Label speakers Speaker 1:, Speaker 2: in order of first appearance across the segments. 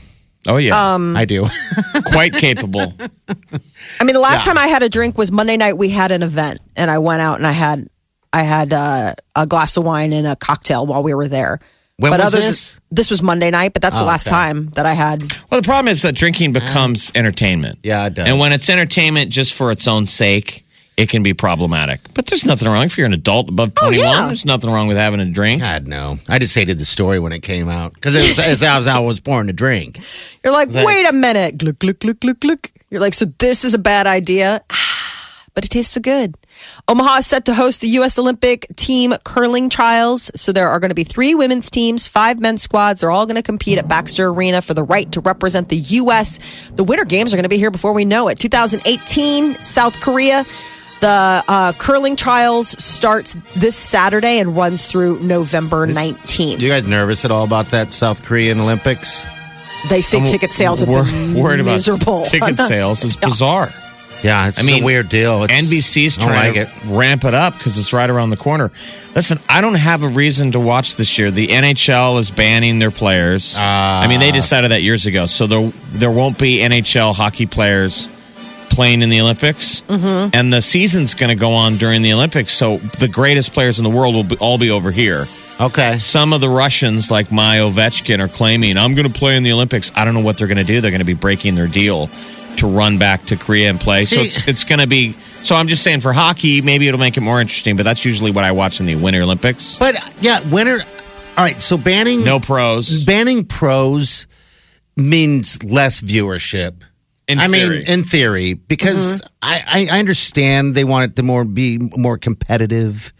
Speaker 1: Oh, yeah.
Speaker 2: I do.
Speaker 1: Quite capable.
Speaker 3: I mean, the last time I had a drink was Monday night. We had an event, and I went out and I had, I had uh, a glass of wine and a cocktail while we were there.
Speaker 2: When was
Speaker 3: other th-
Speaker 2: this? Oh,
Speaker 3: this was Monday night, but that's the last
Speaker 2: okay.
Speaker 3: time that I had.
Speaker 1: Well, the problem is that drinking becomes entertainment.
Speaker 2: Yeah, it does.
Speaker 1: And when it's entertainment just for its own sake, it can be problematic. But there's nothing wrong if you're an adult above
Speaker 2: Oh,
Speaker 1: 21.
Speaker 3: yeah.
Speaker 1: There's nothing wrong with having a drink.
Speaker 2: God, no. I just hated the story when it came out because it was as I was, I was pouring a drink.
Speaker 3: You're like, wait a minute, gluck, gluck, gluck, gluck, gluck. You're like, so this is a bad idea, Ah, but it tastes so good. Omaha is set to host the U.S. Olympic team curling trials, so there are going to be three women's teams, five men's squads. They're all going to compete at Baxter Arena for the right to represent the U.S. The Winter Games are going to be here before we know it. 2018, South Korea. The uh, curling trials starts this Saturday and runs through November 19th.
Speaker 2: You guys nervous at all about that South Korean Olympics?
Speaker 3: They say ticket sales have
Speaker 1: We're
Speaker 3: been
Speaker 1: worried about
Speaker 3: miserable.
Speaker 1: ticket sales. It's bizarre.
Speaker 2: Yeah, it's
Speaker 1: I mean,
Speaker 2: a weird deal. It's,
Speaker 1: NBC's
Speaker 2: I don't
Speaker 1: trying
Speaker 2: like
Speaker 1: to ramp it up because it's right around the corner. Listen, I don't have a reason to watch this year. The NHL is banning their players. I mean,
Speaker 2: Ah.
Speaker 1: they decided that years ago, so there there won't be NHL hockey players playing in the Olympics, mm-hmm. and the season's going to go on during the Olympics. So the greatest players in the world will be, all be over here.
Speaker 2: it. Okay.
Speaker 1: Some of the Russians, like my Ovechkin, are claiming I'm going to play in the Olympics. I don't know what they're going to do. They're going to be breaking their deal to run back to Korea and play. so
Speaker 2: See-
Speaker 1: it's, it's going to be. So I'm just saying for hockey, maybe it'll make it more interesting. But that's usually what I watch in the Winter Olympics.
Speaker 2: But yeah, winter. All right, so banning
Speaker 1: No pros.
Speaker 2: banning pros means less viewership.
Speaker 1: In
Speaker 2: I
Speaker 1: theory.
Speaker 2: mean, in theory, because
Speaker 3: Mm-hmm.
Speaker 2: I, I, I understand they want it to more be more competitive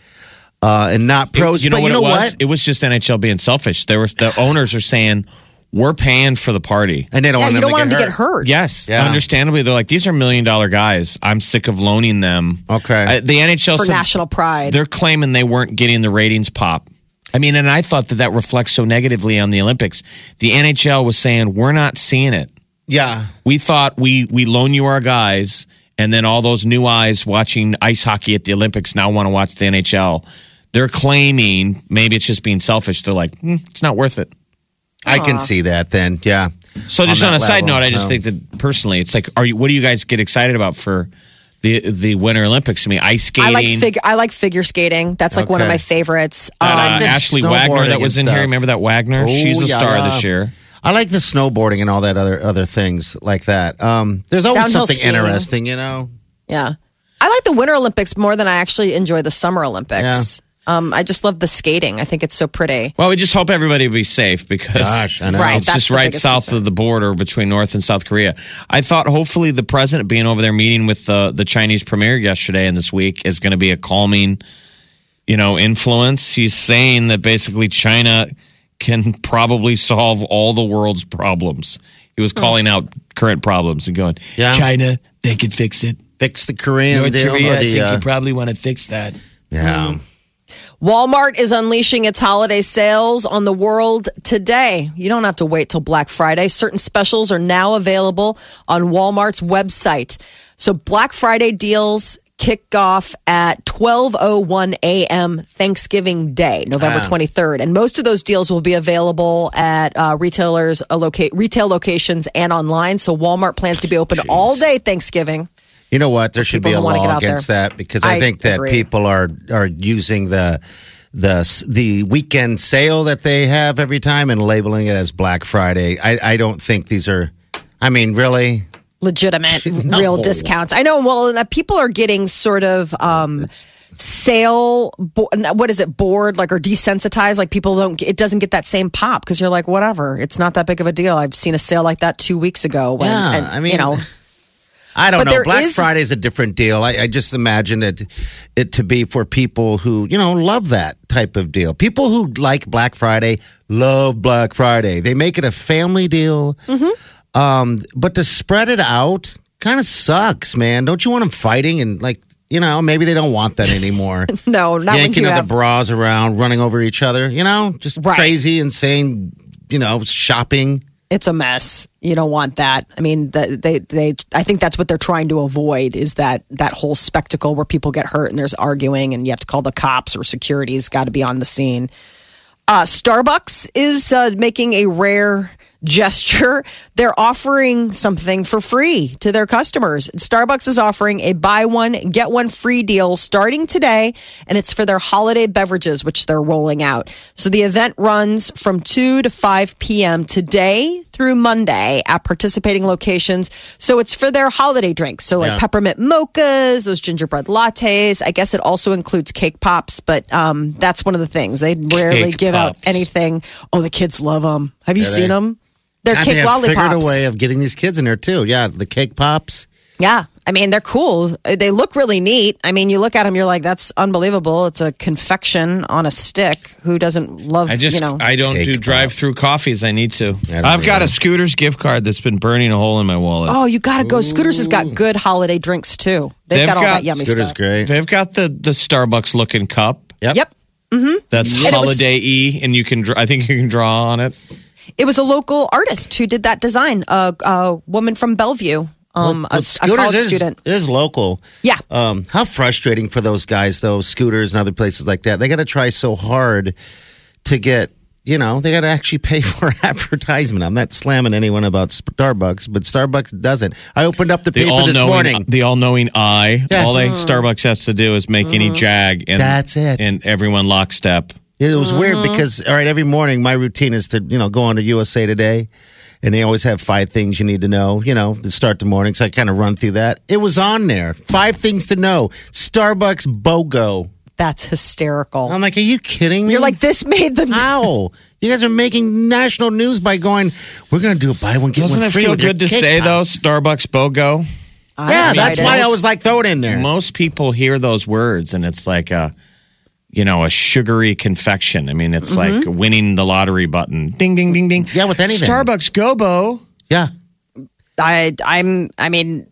Speaker 2: uh, and not pros.
Speaker 1: you know
Speaker 2: but
Speaker 1: what
Speaker 2: you know
Speaker 1: it was?
Speaker 2: what?
Speaker 1: It was just NHL being selfish. There was the owners are saying we're paying for the party.
Speaker 2: And they don't
Speaker 3: Yeah,
Speaker 2: want
Speaker 3: you
Speaker 2: them
Speaker 3: don't want
Speaker 2: to
Speaker 3: them
Speaker 2: get
Speaker 3: to get hurt.
Speaker 1: Yes,
Speaker 2: Yeah.
Speaker 1: understandably, they're like these are million dollar guys. I'm sick of loaning them.
Speaker 2: Okay.
Speaker 1: I- the NHL
Speaker 3: for
Speaker 1: said-
Speaker 3: national pride.
Speaker 1: They're claiming they weren't getting the ratings pop. I mean, and I thought that that reflects so negatively on the Olympics. The NHL was saying we're not seeing it.
Speaker 2: Yeah,
Speaker 1: We thought we we loan you our guys, and then all those new eyes watching ice hockey at the Olympics now want to watch the NHL. They're claiming maybe it's just being selfish. They're like, "Hmm, it's not worth it.
Speaker 2: I can see that. Then, yeah,
Speaker 1: So just
Speaker 2: that
Speaker 1: on, a side
Speaker 2: level,
Speaker 1: note, I just
Speaker 2: no.
Speaker 1: think that personally, it's like, are you? What do you guys get excited about for the the Winter Olympics? I mean, ice skating.
Speaker 3: I like fig- I like figure skating. That's like one of
Speaker 2: Okay.
Speaker 3: my favorites.
Speaker 1: that,
Speaker 2: I
Speaker 1: uh,
Speaker 2: think
Speaker 1: Ashley Wagner
Speaker 2: snowboarding
Speaker 1: that was in
Speaker 2: and
Speaker 1: here.
Speaker 2: stuff.
Speaker 1: Remember that Wagner? She's
Speaker 2: Oh,
Speaker 1: a
Speaker 2: yeah,
Speaker 1: star
Speaker 2: yeah.
Speaker 1: this year.
Speaker 2: I like the snowboarding and all that other other things like that. Um, there's always
Speaker 3: Downhill
Speaker 2: something
Speaker 3: skiing.
Speaker 2: interesting, you know.
Speaker 3: yeah, I like the Winter Olympics more than I actually enjoy the Summer Olympics. Um, I just love the skating. I think it's so pretty.
Speaker 1: Well, we just hope everybody will be safe because
Speaker 2: Gosh, I know.
Speaker 3: Right,
Speaker 1: it's
Speaker 3: that's
Speaker 1: just
Speaker 3: the
Speaker 1: right
Speaker 3: biggest
Speaker 1: south
Speaker 3: concern.
Speaker 1: of the border between North and South Korea. I thought hopefully the president being over there meeting with the the Chinese premier yesterday and this week is going to be a calming, you know, influence. He's saying that basically China can probably solve all the world's problems. He
Speaker 3: Hmm.
Speaker 1: was calling out current problems and going,
Speaker 2: Yeah.
Speaker 1: China, they can fix it.
Speaker 2: Fix the Korean
Speaker 1: North
Speaker 2: deal. or
Speaker 1: Korea, I
Speaker 2: the,
Speaker 1: think
Speaker 2: uh,
Speaker 1: you probably want to fix that.
Speaker 2: yeah.
Speaker 3: Walmart is unleashing its holiday sales on the world today. You don't have to wait till Black Friday. Certain specials are now available on Walmart's website. So Black Friday deals kick off at 12:01 a.m. Thanksgiving Day, November 23rd, and most of those deals will be available at uh, retailers uh, locate retail locations and online. So Walmart plans to be open all day Thanksgiving.
Speaker 2: You know what? There should be a
Speaker 3: people who wanna get
Speaker 2: law
Speaker 3: out there.
Speaker 2: against that because I,
Speaker 3: I
Speaker 2: think that
Speaker 3: agree.
Speaker 2: people are are using the the the weekend sale that they have every time and labeling it as Black Friday. I I don't think these are. I mean, really,
Speaker 3: legitimate
Speaker 2: No. Oh,
Speaker 3: real discounts. I know. Well, and, uh, people are getting sort of um, sale bo- what is it bored like or desensitized like people don't it doesn't get that same pop because you're like whatever it's not that big of a deal i've seen a sale like that two weeks ago when
Speaker 2: Yeah,
Speaker 3: and,
Speaker 2: I mean-
Speaker 3: you know
Speaker 2: I don't
Speaker 3: But
Speaker 2: know.
Speaker 3: there
Speaker 2: Black
Speaker 3: is-
Speaker 2: Friday is a different deal. I, I just imagine it, it to be for people who you know love that type of deal. People who like Black Friday love Black Friday. They make it a family deal.
Speaker 3: Mm-hmm.
Speaker 2: Um, but to spread it out kind of sucks, man. Don't you want them fighting and like you know maybe they don't want that anymore.
Speaker 3: no not when
Speaker 2: Yanking
Speaker 3: you
Speaker 2: of
Speaker 3: have
Speaker 2: the bras around, running over each other. You know, just
Speaker 3: Right.
Speaker 2: crazy, insane. You know, shopping.
Speaker 3: it's a mess. You don't want that. I mean, the, they they I think that's what they're trying to avoid is that that whole spectacle where people get hurt and there's arguing and you have to call the cops or security's got to be on the scene. Uh, Starbucks is uh, making a rare gesture. They're offering something for free to their customers. Starbucks is offering a buy one, get one free deal starting today, and it's for their holiday beverages, which they're rolling out. So the event runs from 2 to 5 p.m. today through Monday at participating locations. So it's for their holiday drinks. So, like
Speaker 2: Yeah.
Speaker 3: peppermint mochas, those gingerbread lattes. I guess it also includes cake pops, but um, that's one of the things. They rarely
Speaker 1: Cake
Speaker 3: give out
Speaker 1: pops.
Speaker 3: anything. Oh, the kids love them. Have you seen
Speaker 2: they-
Speaker 3: them? They're
Speaker 2: God,
Speaker 3: cake
Speaker 2: they have
Speaker 3: lollipops.
Speaker 2: figured a way of getting these kids in there too. Yeah, the cake pops.
Speaker 3: Yeah. I mean, they're cool. They look really neat. I mean, you look at them, you're like, that's unbelievable. It's a confection on a stick. Who doesn't love,
Speaker 1: I just
Speaker 3: you know?
Speaker 1: I don't do
Speaker 2: Cake
Speaker 1: drive through coffees. I need to.
Speaker 2: I don't
Speaker 1: I've got
Speaker 2: either.
Speaker 1: a Scooters gift card that's been burning a hole in my wallet.
Speaker 3: oh, you got to go. Scooters has got good holiday drinks, too. They've,
Speaker 1: They've
Speaker 3: got, all
Speaker 1: got
Speaker 3: that yummy
Speaker 2: Good is
Speaker 3: stuff.
Speaker 2: great.
Speaker 1: They've got the the Starbucks looking cup
Speaker 3: Yep.
Speaker 1: that's
Speaker 3: And it was-
Speaker 1: holiday e, and you can dr- I think you can draw on it.
Speaker 3: It was a local artist who did that design, a, a woman from Bellevue, um, a, s-
Speaker 2: Well,
Speaker 3: a
Speaker 2: Scooters
Speaker 3: college
Speaker 2: is,
Speaker 3: student.
Speaker 2: is local.
Speaker 3: Yeah.
Speaker 2: Um, how frustrating for those guys, though, scooters and other places like that. They got to try so hard to get, you know, they got to actually pay for advertisement. I'm not slamming anyone about Starbucks, but Starbucks doesn't. I opened up the,
Speaker 1: The
Speaker 2: paper
Speaker 1: all
Speaker 2: this
Speaker 1: knowing
Speaker 2: morning.
Speaker 1: the all knowing eye.
Speaker 2: Yes.
Speaker 1: All
Speaker 3: Oh.
Speaker 1: they Starbucks has to do is make
Speaker 3: Uh-huh.
Speaker 1: any jag, and
Speaker 2: That's it.
Speaker 1: and everyone lockstep.
Speaker 2: It was weird
Speaker 3: Mm-hmm.
Speaker 2: because, all right, every morning my routine is to, you know, go on to USA Today. And they always have five things you need to know, you know, to start the morning. So I kind of run through that. It was on there. Five things to know. Starbucks BOGO.
Speaker 3: That's hysterical.
Speaker 2: I'm like, are you kidding me?
Speaker 3: You're like, this made the.
Speaker 2: How? You guys are making national news by going, we're going to do a buy one, get
Speaker 1: Doesn't
Speaker 2: one
Speaker 1: it
Speaker 2: free.
Speaker 1: feel
Speaker 2: with your
Speaker 1: good to
Speaker 2: cake
Speaker 1: say
Speaker 2: pop."
Speaker 1: though? Starbucks BOGO.
Speaker 3: I'm
Speaker 2: Yeah, that's
Speaker 3: excited.
Speaker 2: why I always like throw it in there.
Speaker 1: Most people hear those words, and it's like a you know a sugary confection. I mean, it's like winning the lottery button. Ding ding ding ding.
Speaker 2: Mm-hmm. Yeah, with anything.
Speaker 1: Starbucks Gobo.
Speaker 2: Yeah.
Speaker 3: I, I'm. I mean,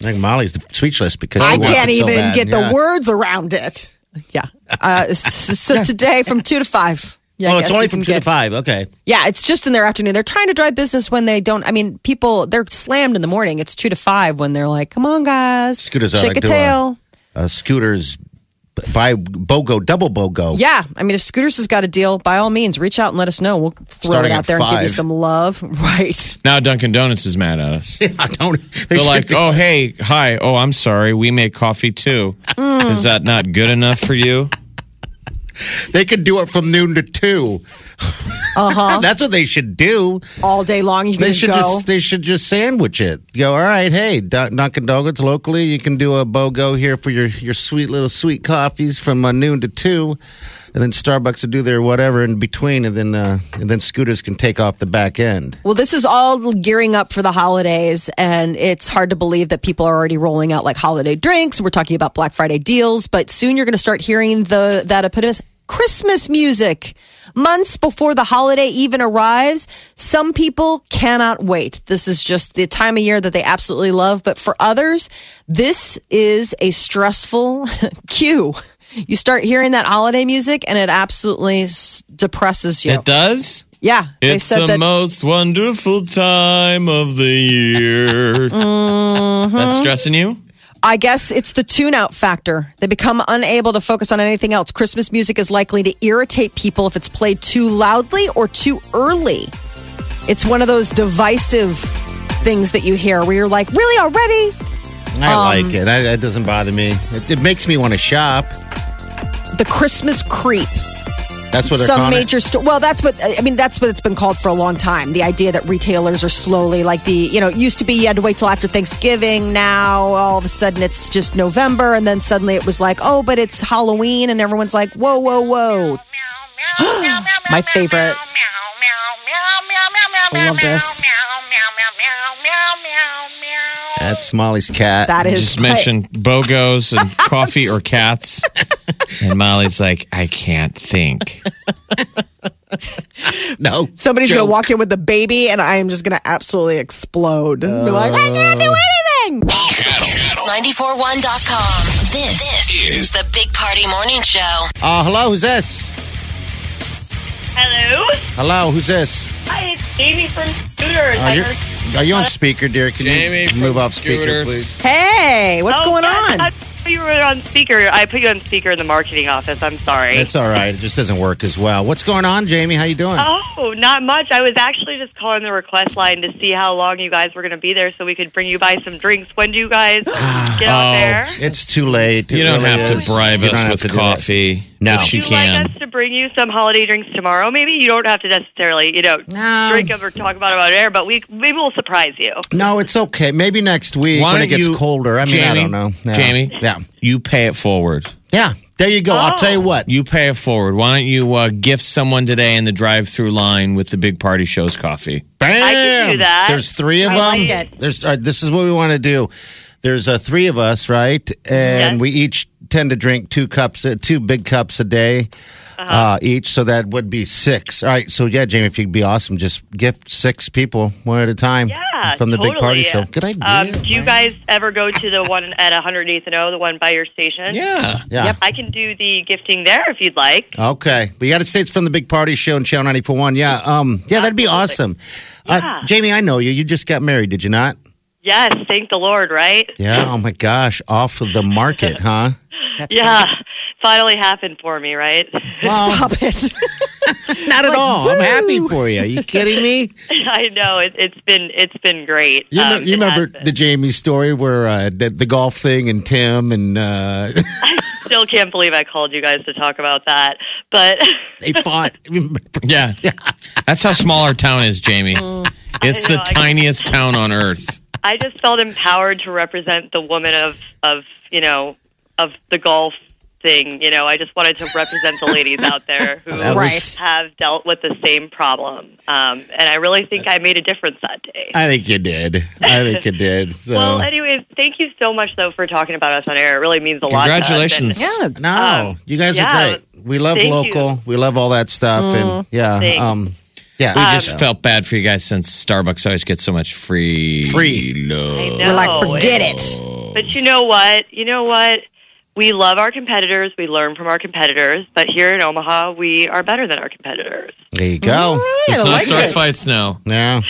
Speaker 2: I think Molly's speechless because
Speaker 3: I
Speaker 2: she wants
Speaker 3: can't
Speaker 2: Oh, it so
Speaker 3: even
Speaker 2: bad.
Speaker 3: get
Speaker 2: Yeah.
Speaker 3: the words around it. Yeah. Uh, s- so today from two to five. Yeah, I
Speaker 2: Oh, it's
Speaker 3: guess
Speaker 2: only
Speaker 3: you can
Speaker 2: from two
Speaker 3: get-
Speaker 2: to five. Okay.
Speaker 3: Yeah, it's just in their afternoon. They're trying to drive business when they don't. I mean, people they're slammed in the morning. It's two to five when they're like, "Come on, guys,
Speaker 2: Scooters are
Speaker 3: shake
Speaker 2: like
Speaker 3: a
Speaker 2: doing-
Speaker 3: tail."
Speaker 2: Uh, scooters b- by BOGO, double BOGO.
Speaker 3: Yeah, I mean, if Scooters has got a deal, by all means, reach out and let us know. We'll throw
Speaker 2: Starting
Speaker 3: it
Speaker 2: at
Speaker 3: out there and give you
Speaker 2: five.
Speaker 3: some love, right?
Speaker 1: Now Dunkin' Donuts is mad at us.
Speaker 2: I don't. They
Speaker 1: They're
Speaker 2: should
Speaker 1: like,
Speaker 2: be-
Speaker 1: oh, hey, hi. Oh, I'm sorry. We make coffee too.
Speaker 2: Mm.
Speaker 1: Is that not good enough for you? oh.
Speaker 2: They could do it from noon to two. Uh huh. That's what they should do.
Speaker 3: All day long, Uh-huh. you can
Speaker 2: They
Speaker 3: just
Speaker 2: should
Speaker 3: go.
Speaker 2: just they should just sandwich it. Go, all right, hey, Dun- Dunkin' Donuts locally, you can do a BOGO here for your your sweet little sweet coffees from uh, noon to two, and then Starbucks will do their whatever in between, and then uh, and then scooters can take off the back end.
Speaker 3: Well, this is all gearing up for the holidays, and it's hard to believe that people are already rolling out like holiday drinks. We're talking about Black Friday deals, but soon you're going to start hearing the that eponymous Christmas music. Months before the holiday even arrives, some people cannot wait. This is just the time of year that they absolutely love, but for others, this is a stressful cue. You start hearing that holiday music, and it absolutely s- depresses you.
Speaker 1: It does.
Speaker 3: yeah, they
Speaker 1: It's
Speaker 3: said
Speaker 1: the
Speaker 3: that.
Speaker 1: most wonderful time of the year.
Speaker 2: Mm-hmm.
Speaker 1: That's stressing you?
Speaker 3: I guess it's the tune out factor. They become unable to focus on anything else. Christmas music is likely to irritate people if it's played too loudly or too early. It's one of those divisive things that you hear where you're like, really already?
Speaker 2: I
Speaker 3: Um,
Speaker 2: like it. I, that doesn't bother me. It, it makes me want to shop.
Speaker 3: The Christmas creep.
Speaker 2: That's what they're
Speaker 3: some
Speaker 2: calling it?
Speaker 3: major store. Well, that's what I mean. That's what it's been called for a long time. The idea that retailers are slowly, like the you know, it used to be you had to wait till after Thanksgiving. Now all of a sudden it's just November, and then suddenly it was like, oh, but it's Halloween, and everyone's like, whoa, whoa, whoa. My favorite. I love this.
Speaker 2: That's Molly's cat.
Speaker 3: That is
Speaker 1: Just mentioned bogos and coffee or cats. And Molly's like, I can't think.
Speaker 2: no.
Speaker 3: Somebody's
Speaker 2: joke.
Speaker 3: gonna walk in with a baby, and I am just gonna absolutely explode. Be like, I can't
Speaker 2: Uh.
Speaker 3: do anything.
Speaker 4: Channel
Speaker 5: 941.com. This, this
Speaker 4: is
Speaker 5: the Big Party Morning Show.
Speaker 2: Uh, hello, who's this?
Speaker 6: Hello?
Speaker 2: Hello, who's this?
Speaker 6: Hi, it's Amy from Scooters.
Speaker 2: Are
Speaker 6: I
Speaker 2: you,
Speaker 6: heard-
Speaker 2: are you on speaker, dear? Can
Speaker 1: Jamie
Speaker 2: you move
Speaker 1: from
Speaker 2: off speaker,
Speaker 1: Scooters.
Speaker 2: please?
Speaker 3: Hey, what's
Speaker 6: Oh,
Speaker 3: going
Speaker 6: yes,
Speaker 3: on?
Speaker 6: I thought you were on speaker. I put you on speaker in the marketing office. I'm sorry.
Speaker 2: That's all right. It just doesn't work as well. What's going on, Jamie? How you doing?
Speaker 6: oh, not much. I was actually just calling the request line to see how long you guys were going to be there so we could bring you by some drinks. When do you guys get out there?
Speaker 2: it's too late. It
Speaker 1: You don't
Speaker 2: really
Speaker 1: have to
Speaker 2: is.
Speaker 1: bribe
Speaker 2: You don't
Speaker 1: us
Speaker 2: have to
Speaker 1: with
Speaker 2: do that.
Speaker 1: coffee.
Speaker 2: No.
Speaker 1: If
Speaker 6: Would
Speaker 1: you
Speaker 6: you
Speaker 1: can.
Speaker 6: like us to bring you some holiday drinks tomorrow? Maybe you don't have to necessarily, you know,
Speaker 2: No.
Speaker 6: drink them or talk about it on air, but we maybe we'll surprise you.
Speaker 2: No, it's okay. Maybe next week
Speaker 1: Why
Speaker 2: when it
Speaker 1: don't
Speaker 2: gets
Speaker 1: you-
Speaker 2: colder. I mean, I
Speaker 1: Jamie,
Speaker 2: don't know. Yeah.
Speaker 1: Jamie.
Speaker 2: Yeah.
Speaker 1: You pay it forward.
Speaker 2: Yeah. There you go. I'll
Speaker 6: Oh.
Speaker 2: tell you what.
Speaker 1: You pay it forward. Why don't you uh, gift someone today in the drive through line with the big party show's coffee?
Speaker 2: Bam!
Speaker 6: I can do that.
Speaker 2: There's three of
Speaker 3: I
Speaker 2: them.
Speaker 3: like it.
Speaker 2: There's all right, this is what we want to do. There's uh, three of us, right? And
Speaker 6: Yes.
Speaker 2: we each tend to drink two cups, uh, two big cups a day uh
Speaker 6: Uh-huh.
Speaker 2: each. So that would be six. All right. So yeah, Jamie, if you'd be awesome, just gift six people one at a time
Speaker 6: Yeah,
Speaker 2: from the big party
Speaker 6: totally.
Speaker 2: show. Good idea.
Speaker 6: Um, do you
Speaker 2: man.
Speaker 6: guys ever go to the one at 108th and O, the one by your station?
Speaker 1: Yeah.
Speaker 2: Yeah.
Speaker 6: I can do the gifting there if you'd like.
Speaker 2: Okay. But you got to say it's from the Big Party Show and Channel 941. Yeah. Um, yeah, that'd be awesome.
Speaker 6: Absolutely.
Speaker 2: Uh, Jamie, I know you. You just got married, did you not?
Speaker 6: Yes, thank the Lord, right?
Speaker 2: Yeah. Oh, my gosh. Off of the market, huh?
Speaker 6: Yeah, finally happened for me, right?
Speaker 3: Stop it.
Speaker 2: Not at all. I'm happy for you. Are you kidding me?
Speaker 6: I know it, it's been it's been great.
Speaker 2: You, know,
Speaker 6: Um,
Speaker 2: you
Speaker 6: it has
Speaker 2: remember
Speaker 6: been.
Speaker 2: the Jamie story where uh, the, the golf thing and Tim and uh,
Speaker 6: Still can't believe I called you guys to talk about that, but
Speaker 2: they fought.
Speaker 1: Yeah. That's how small our town is, Jamie. It's the
Speaker 6: know, Oh, I-
Speaker 1: tiniest town on earth.
Speaker 6: I just felt empowered to represent the woman of of you know of the golf thing. You know, I just wanted to represent the ladies out there who
Speaker 2: That was-
Speaker 3: Right.
Speaker 6: have dealt with the same problem, um, and I really think I made a difference that day.
Speaker 2: I think you did. I think you did. So.
Speaker 6: Well, anyways, thank you so much though for talking about us on air. It really means a lot. to us.
Speaker 1: Congratulations.
Speaker 3: Yeah.
Speaker 2: No,
Speaker 6: Um,
Speaker 2: you guys
Speaker 6: yeah,
Speaker 2: are great. We love
Speaker 6: thank
Speaker 2: local. We love all that stuff. and yeah,
Speaker 6: thanks.
Speaker 2: um, yeah.
Speaker 1: We just felt bad for you guys since Starbucks always gets so much free
Speaker 2: Free.
Speaker 1: love.
Speaker 6: I
Speaker 3: We're like,
Speaker 6: know.
Speaker 3: forget it.
Speaker 6: But you know what? You know what? We love our competitors. We learn from our competitors. But here in Omaha, we are better than our competitors.
Speaker 2: There you go.
Speaker 3: Right, I
Speaker 1: Let's not
Speaker 3: like
Speaker 1: start
Speaker 3: it.
Speaker 1: fights now.
Speaker 2: Yeah.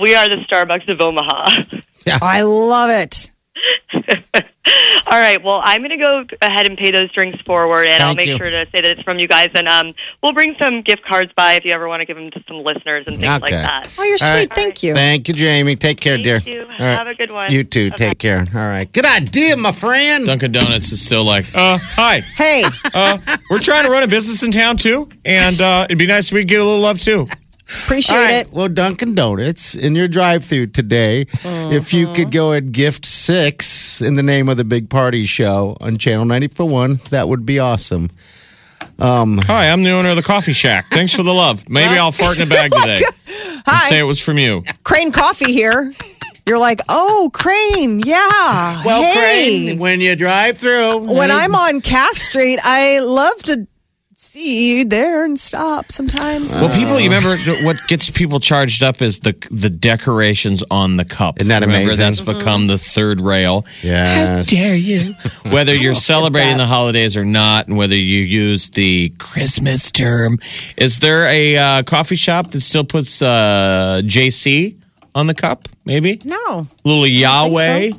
Speaker 6: We are the Starbucks of Omaha.
Speaker 3: I love it.
Speaker 6: All right. Well, I'm going to go ahead and pay those drinks forward, and I'll
Speaker 2: Thank
Speaker 6: make
Speaker 2: you.
Speaker 6: sure to say that it's from you guys. And um, we'll bring some gift cards by if you ever want to give them to some listeners and things like
Speaker 2: Okay.
Speaker 6: that.
Speaker 3: Oh, you're sweet.
Speaker 2: All right.
Speaker 3: Thank you.
Speaker 2: Thank you, Jamie. Take care, dear.
Speaker 6: Thank you.
Speaker 2: All right.
Speaker 6: Have a good one.
Speaker 2: You too. Take care. All right. Good idea, my friend.
Speaker 1: Dunkin' Donuts is still like, uh, hi.
Speaker 3: Hey,
Speaker 1: Uh, we're trying to run a business in town too, and uh, it'd be nice if we could get a little love too.
Speaker 3: appreciate
Speaker 2: All right.
Speaker 3: it.
Speaker 2: Well, Dunkin' Donuts in your drive-through today. If you could go and gift six in the name of the Big Party Show on Channel 941, that would be awesome.
Speaker 1: Hi, I'm the owner of the coffee shack. Thanks for the love. Maybe I'll fart in a bag today and
Speaker 3: oh Hi,
Speaker 1: say it was from you.
Speaker 3: Crane Coffee here. You're like, oh, Crane, yeah.
Speaker 2: Well,
Speaker 3: hey.
Speaker 2: Crane, when you drive through,
Speaker 3: When I'm on Cass Street, I love to see you there and stop sometimes.
Speaker 1: Well, people, you remember th- what gets people charged up is the the decorations on the cup.
Speaker 2: Isn't that
Speaker 1: remember,
Speaker 2: amazing?
Speaker 1: That's become the third rail.
Speaker 2: yes.
Speaker 1: dare you? Whether you're celebrating the holidays or not, and whether you use the Christmas term, is there a uh, coffee shop that still puts uh, JC on the cup? Maybe
Speaker 3: no.
Speaker 1: little Yahweh.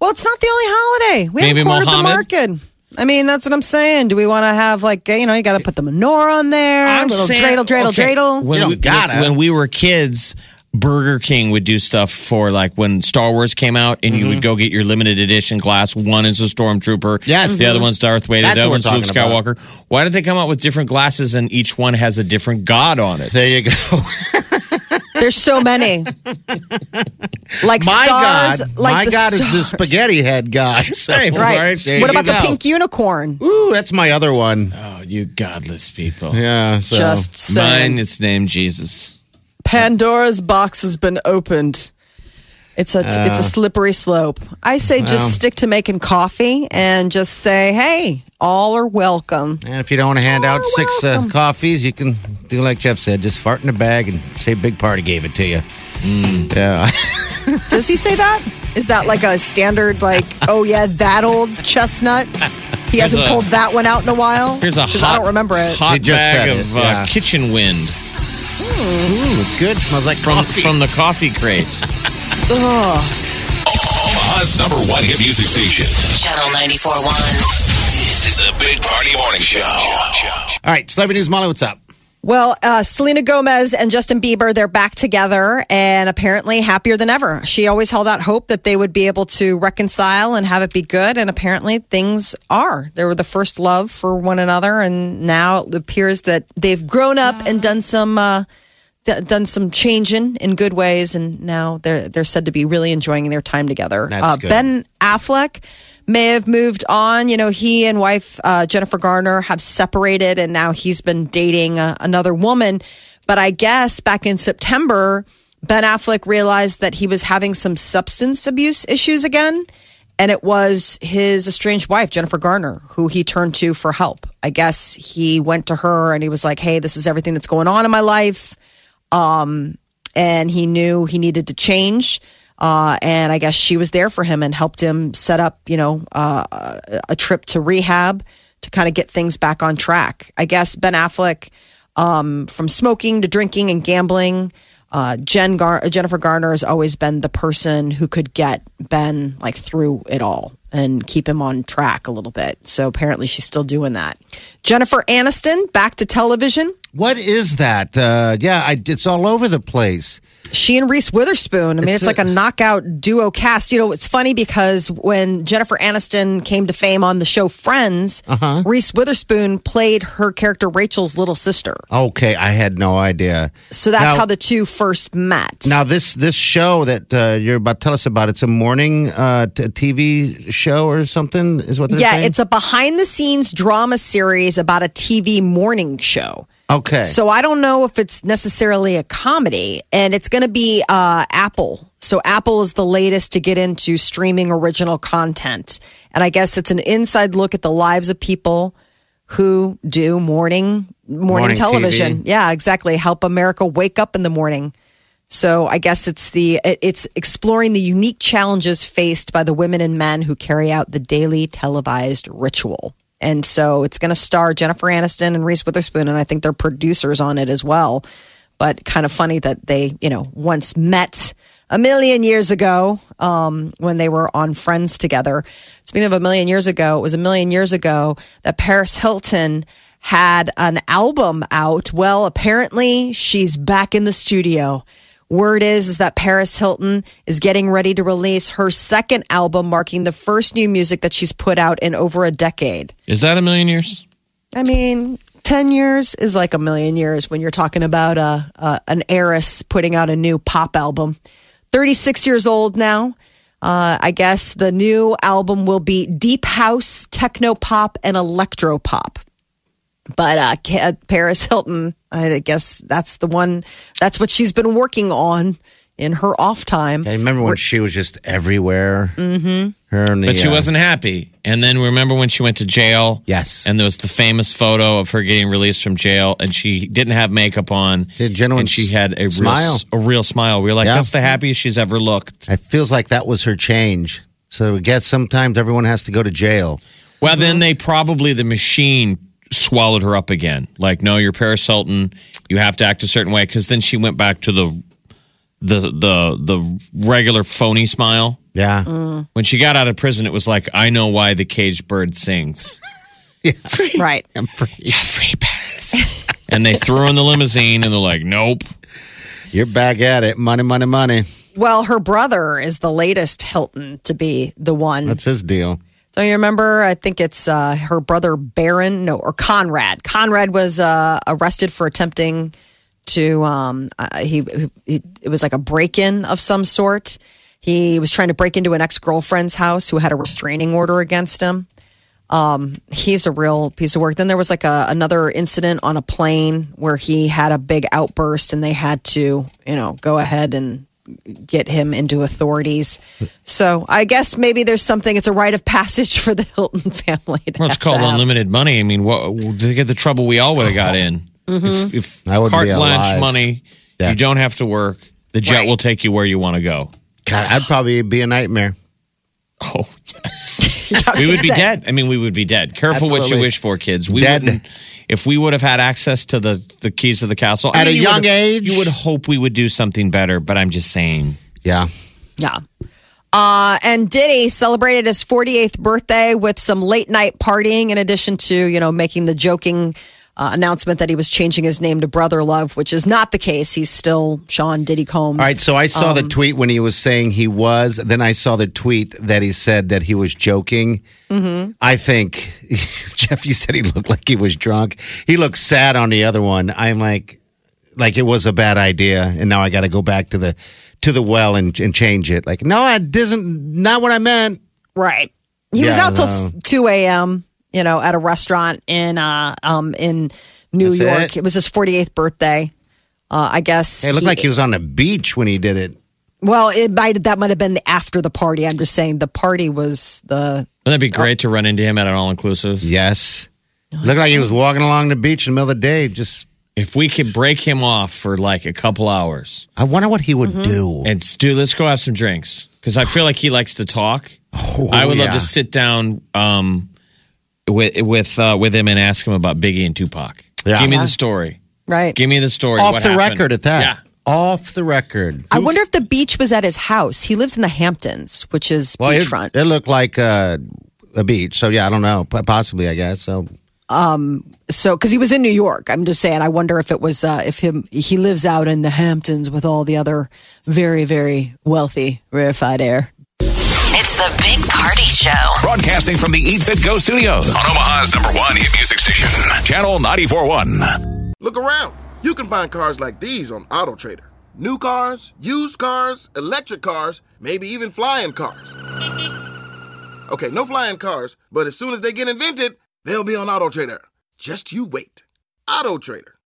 Speaker 3: Well, it's not the only holiday. We
Speaker 1: Maybe
Speaker 3: haven't cornered
Speaker 1: Mohammed?
Speaker 3: the market. I mean, that's what I'm saying. Do we want to have like, you know, you got to put the menorah on there, little dreidel, dreidel,
Speaker 1: okay,
Speaker 3: dreidel.
Speaker 1: When
Speaker 2: You
Speaker 1: we,
Speaker 2: don't gotta.
Speaker 1: when we were kids, Burger King would do stuff for like when Star Wars came out, and
Speaker 2: Mm-hmm.
Speaker 1: you would go get your limited edition glass. One is a stormtrooper.
Speaker 2: Yes. Mm-hmm.
Speaker 1: The other one's Darth Vader.
Speaker 2: That's
Speaker 1: the other
Speaker 2: what
Speaker 1: one's
Speaker 2: we're
Speaker 1: Luke
Speaker 2: talking about.
Speaker 1: Skywalker. Why did they come out with different glasses and each one has a different god on it?
Speaker 2: There you go.
Speaker 3: There's so many. Like
Speaker 2: My
Speaker 3: stars.
Speaker 2: God,
Speaker 3: like
Speaker 2: my
Speaker 3: the
Speaker 2: God is the
Speaker 3: stars.
Speaker 2: spaghetti head guy. So,
Speaker 1: Hey,
Speaker 3: Right.
Speaker 1: Right, there
Speaker 3: What
Speaker 2: you
Speaker 3: about the
Speaker 2: go.
Speaker 3: pink unicorn?
Speaker 2: Ooh, that's my other one.
Speaker 1: Oh, you godless people!
Speaker 2: Yeah, so.
Speaker 3: Just saying.
Speaker 1: Mine, it's named Jesus.
Speaker 3: Pandora's box has been opened. It's a it's
Speaker 2: Uh.
Speaker 3: a slippery slope. I say just stick to making coffee and just say, hey, all are welcome.
Speaker 2: And if you don't want to hand out six uh,
Speaker 3: welcome.
Speaker 2: coffees, you can do like Jeff said, just fart in a bag and say Big Party gave it to you. Yeah.
Speaker 3: Does he say that? Is that like a standard like, oh yeah, that old chestnut? He hasn't
Speaker 1: a-
Speaker 3: pulled that one out in a while.
Speaker 1: Here's a
Speaker 3: 'Cause
Speaker 1: hot,
Speaker 3: I don't remember it.
Speaker 1: hot
Speaker 2: He just
Speaker 1: bag
Speaker 2: said it,
Speaker 1: of uh,
Speaker 2: yeah.
Speaker 1: kitchen wind
Speaker 2: Ooh, it's good. smells like
Speaker 1: from
Speaker 2: coffee.
Speaker 1: from the coffee crate.
Speaker 4: Omaha's number one hit music station.
Speaker 5: Channel 94.1.
Speaker 4: This is the Big Party Morning Show.
Speaker 2: All right, celebrity news, Molly. What's up?
Speaker 3: Well, uh, Selena Gomez and Justin Bieber, they're back together and apparently happier than ever. She always held out hope that they would be able to reconcile and have it be good. And apparently things are. They were the first love for one another. And now it appears that they've grown up and done some. Uh, d- done some changing in good ways, and now they're they're said to be really enjoying their time together.
Speaker 2: That's
Speaker 3: uh,
Speaker 2: good.
Speaker 3: Ben Affleck may have moved on. You know, he and wife uh, Jennifer Garner have separated, and now he's been dating uh, another woman. But I guess back in September, Ben Affleck realized that he was having some substance abuse issues again. And it was his estranged wife, Jennifer Garner, who he turned to for help. I guess he went to her and he was like, hey, this is everything that's going on in my life and he knew he needed to change. Uh, and I guess she was there for him and helped him set up, you know, uh, a trip to rehab to kind of get things back on track. I guess Ben Affleck, um, from smoking to drinking and gambling, uh, Jen Gar- Jennifer Garner has always been the person who could get Ben like through it all and keep him on track a little bit. So apparently she's still doing that. Jennifer Aniston back to television.
Speaker 2: What is that? Uh, yeah, I, it's all over the place.
Speaker 3: She and Reese Witherspoon. I mean, it's, like a knockout duo cast. You know, it's funny because when Jennifer Aniston came to fame on the show Friends, Reese Witherspoon played her character Rachel's little sister.
Speaker 2: Okay, I had no idea.
Speaker 3: So that's
Speaker 2: Now-
Speaker 3: how the two first met.
Speaker 2: Now this this show that uh, you're about to tell us about, it's a morning uh, t- TV show or something, is what they're
Speaker 3: yeah,
Speaker 2: saying?
Speaker 3: it's a behind the scenes drama series about a TV morning show.
Speaker 2: okay.
Speaker 3: So I don't know if it's necessarily a comedy, and it's going to be uh, Apple. So Apple is the latest to get into streaming original content, and I guess it's an inside look at the lives of people who do morning morning,
Speaker 2: Morning
Speaker 3: television.
Speaker 2: TV.
Speaker 3: Yeah, exactly. Help America wake up in the morning. So I guess it's the it- it's exploring the unique challenges faced by the women and men who carry out the daily televised ritual. And so it's going to star Jennifer Aniston and Reese Witherspoon, and I think they're producers on it as well. But kind of funny that they, you know, once met a million years ago um, when they were on Friends together. Speaking of a million years ago, it was a million years ago that Paris Hilton had an album out. Well, apparently she's back in the studio. Word is, is that Paris Hilton is getting ready to release her second album, marking the first new music that she's put out in over a decade.
Speaker 1: Is that a million years?
Speaker 3: I mean, 10 years is like a million years when you're talking about a, a, an heiress putting out a new pop album. 36 years old now. Uh, I guess the new album will be deep house, techno pop, and electro pop. But uh, Ca- Paris Hilton, I guess that's the one, that's what she's been working on in her off time.
Speaker 2: I remember when she was just everywhere. Mm-hmm. Her and the,
Speaker 1: But she
Speaker 2: uh,
Speaker 1: wasn't happy. And then remember when she went to jail?
Speaker 2: Yes.
Speaker 1: And there was the famous photo of her getting released from jail, and she didn't have makeup on.
Speaker 2: Did a genuine
Speaker 1: and she had a
Speaker 2: smile.
Speaker 1: real, a real smile. We were like,
Speaker 2: Yeah.
Speaker 1: "That's the happiest she's ever looked."
Speaker 2: It feels like that was her change. So I guess sometimes everyone has to go to jail.
Speaker 1: Well, then they probably the machine swallowed her up again. Like, no, you're Paris Hilton. You have to act a certain way because then she went back to the the the the regular phony smile.
Speaker 2: Yeah.
Speaker 3: Mm.
Speaker 1: When she got out of prison, it was like, I know why the caged bird sings.
Speaker 3: Right.
Speaker 2: I'm free.
Speaker 1: and they threw her in the limousine and they're like, nope.
Speaker 2: You're back at it. Money, money, money.
Speaker 3: Well, her brother is the latest Hilton to be the one.
Speaker 2: That's his deal.
Speaker 3: Don't you remember? I think it's uh, her brother Baron, no, or Conrad. Conrad was uh, arrested for attempting to. Um, uh, he, he it was like a break-in of some sort. He was trying to break into an ex-girlfriend's house who had a restraining order against him. Um, he's a real piece of work. Then there was like a, another incident on a plane where he had a big outburst, and they had to, you know, go ahead and get him into authorities. So I guess maybe there's something. It's a rite of passage for the Hilton family. to
Speaker 1: Well, it's
Speaker 3: have to
Speaker 1: called
Speaker 3: have.
Speaker 1: unlimited money. I mean, what to get the trouble we all would have got in.
Speaker 3: Mm-hmm.
Speaker 1: If, if
Speaker 2: I would
Speaker 1: carte
Speaker 2: be alive.
Speaker 1: blanche money,
Speaker 2: Yeah.
Speaker 1: you don't have to work. The jet will take you where you want to go.
Speaker 2: God, I'd probably be a nightmare.
Speaker 1: Oh yes,
Speaker 3: Yeah, I was
Speaker 1: we would
Speaker 3: gonna
Speaker 1: be
Speaker 3: say.
Speaker 1: dead. I mean, we would be dead. Careful what you
Speaker 2: Absolutely.
Speaker 1: wish for, kids. We
Speaker 2: Dead.
Speaker 1: wouldn't. If we would have had access to the the keys to the castle I
Speaker 2: At
Speaker 1: mean,
Speaker 2: a
Speaker 1: you
Speaker 2: young
Speaker 1: would have-
Speaker 2: age?
Speaker 1: you would hope we would do something better. But I'm just saying.
Speaker 2: Yeah.
Speaker 3: Yeah. Uh, and Diddy celebrated his 48th birthday with some late night partying, in addition to, you know, making the joking uh, announcement that he was changing his name to Brother Love, which is not the case. He's still Sean Diddy Combs.
Speaker 2: All right. So I saw the tweet when he was saying he was. Then I saw the tweet that he said that he was joking. Mm-hmm. I think, Jeff, you said he looked like he was drunk. He looked sad on the other one. I'm like, like it was a bad idea, and now I got to go back to the to the well and, and change it. Like, no, it isn't. Not what I meant.
Speaker 3: Right. He was
Speaker 2: Yeah,
Speaker 3: out till
Speaker 2: no.
Speaker 3: f- two a.m. You know, at a restaurant in uh, um, in New
Speaker 2: That's
Speaker 3: York.
Speaker 2: it?
Speaker 3: It? was his forty eighth birthday. Uh, I guess
Speaker 2: It looked like he was on the beach when he did it.
Speaker 3: Well, it might that might have been after the party. I'm just saying the party was the
Speaker 1: Wouldn't that be great to run into him at an all inclusive?
Speaker 2: Yes. Looked like he was walking along the beach in the middle of the day. Just,
Speaker 1: If we could break him off for like a couple hours
Speaker 2: I wonder what he would do.
Speaker 1: and s- dude, let's go have some drinks because I feel like he likes to talk. I would love
Speaker 2: Oh, yeah.
Speaker 1: to sit down um, with with uh, with him and ask him about Biggie and Tupac.
Speaker 2: Yeah.
Speaker 1: Give me
Speaker 2: Yeah.
Speaker 1: the story.
Speaker 3: right.
Speaker 1: Give me the story.
Speaker 2: Off
Speaker 1: What
Speaker 2: the
Speaker 1: happened?
Speaker 2: record at that.
Speaker 1: Yeah.
Speaker 2: Off the record.
Speaker 3: I wonder if the beach was at his house. He lives in the Hamptons, which is
Speaker 2: Well, it,
Speaker 3: beachfront.
Speaker 2: it looked like uh, a beach. So, yeah, I don't know. P- Possibly, I guess. So,
Speaker 3: so because he was in New York, I'm just saying. I wonder if it was uh, if him he lives out in the Hamptons with all the other very very wealthy rarefied air.
Speaker 5: It's the Big Party Show.
Speaker 4: Broadcasting from the Eat Fit Go Studios on Omaha's number one hit music station, Channel 94.1.
Speaker 7: Look around. You can find cars like these on AutoTrader. New cars, used cars, electric cars, maybe even flying cars. Okay, no flying cars, but as soon as they get invented, they'll be on AutoTrader. Just you wait. AutoTrader.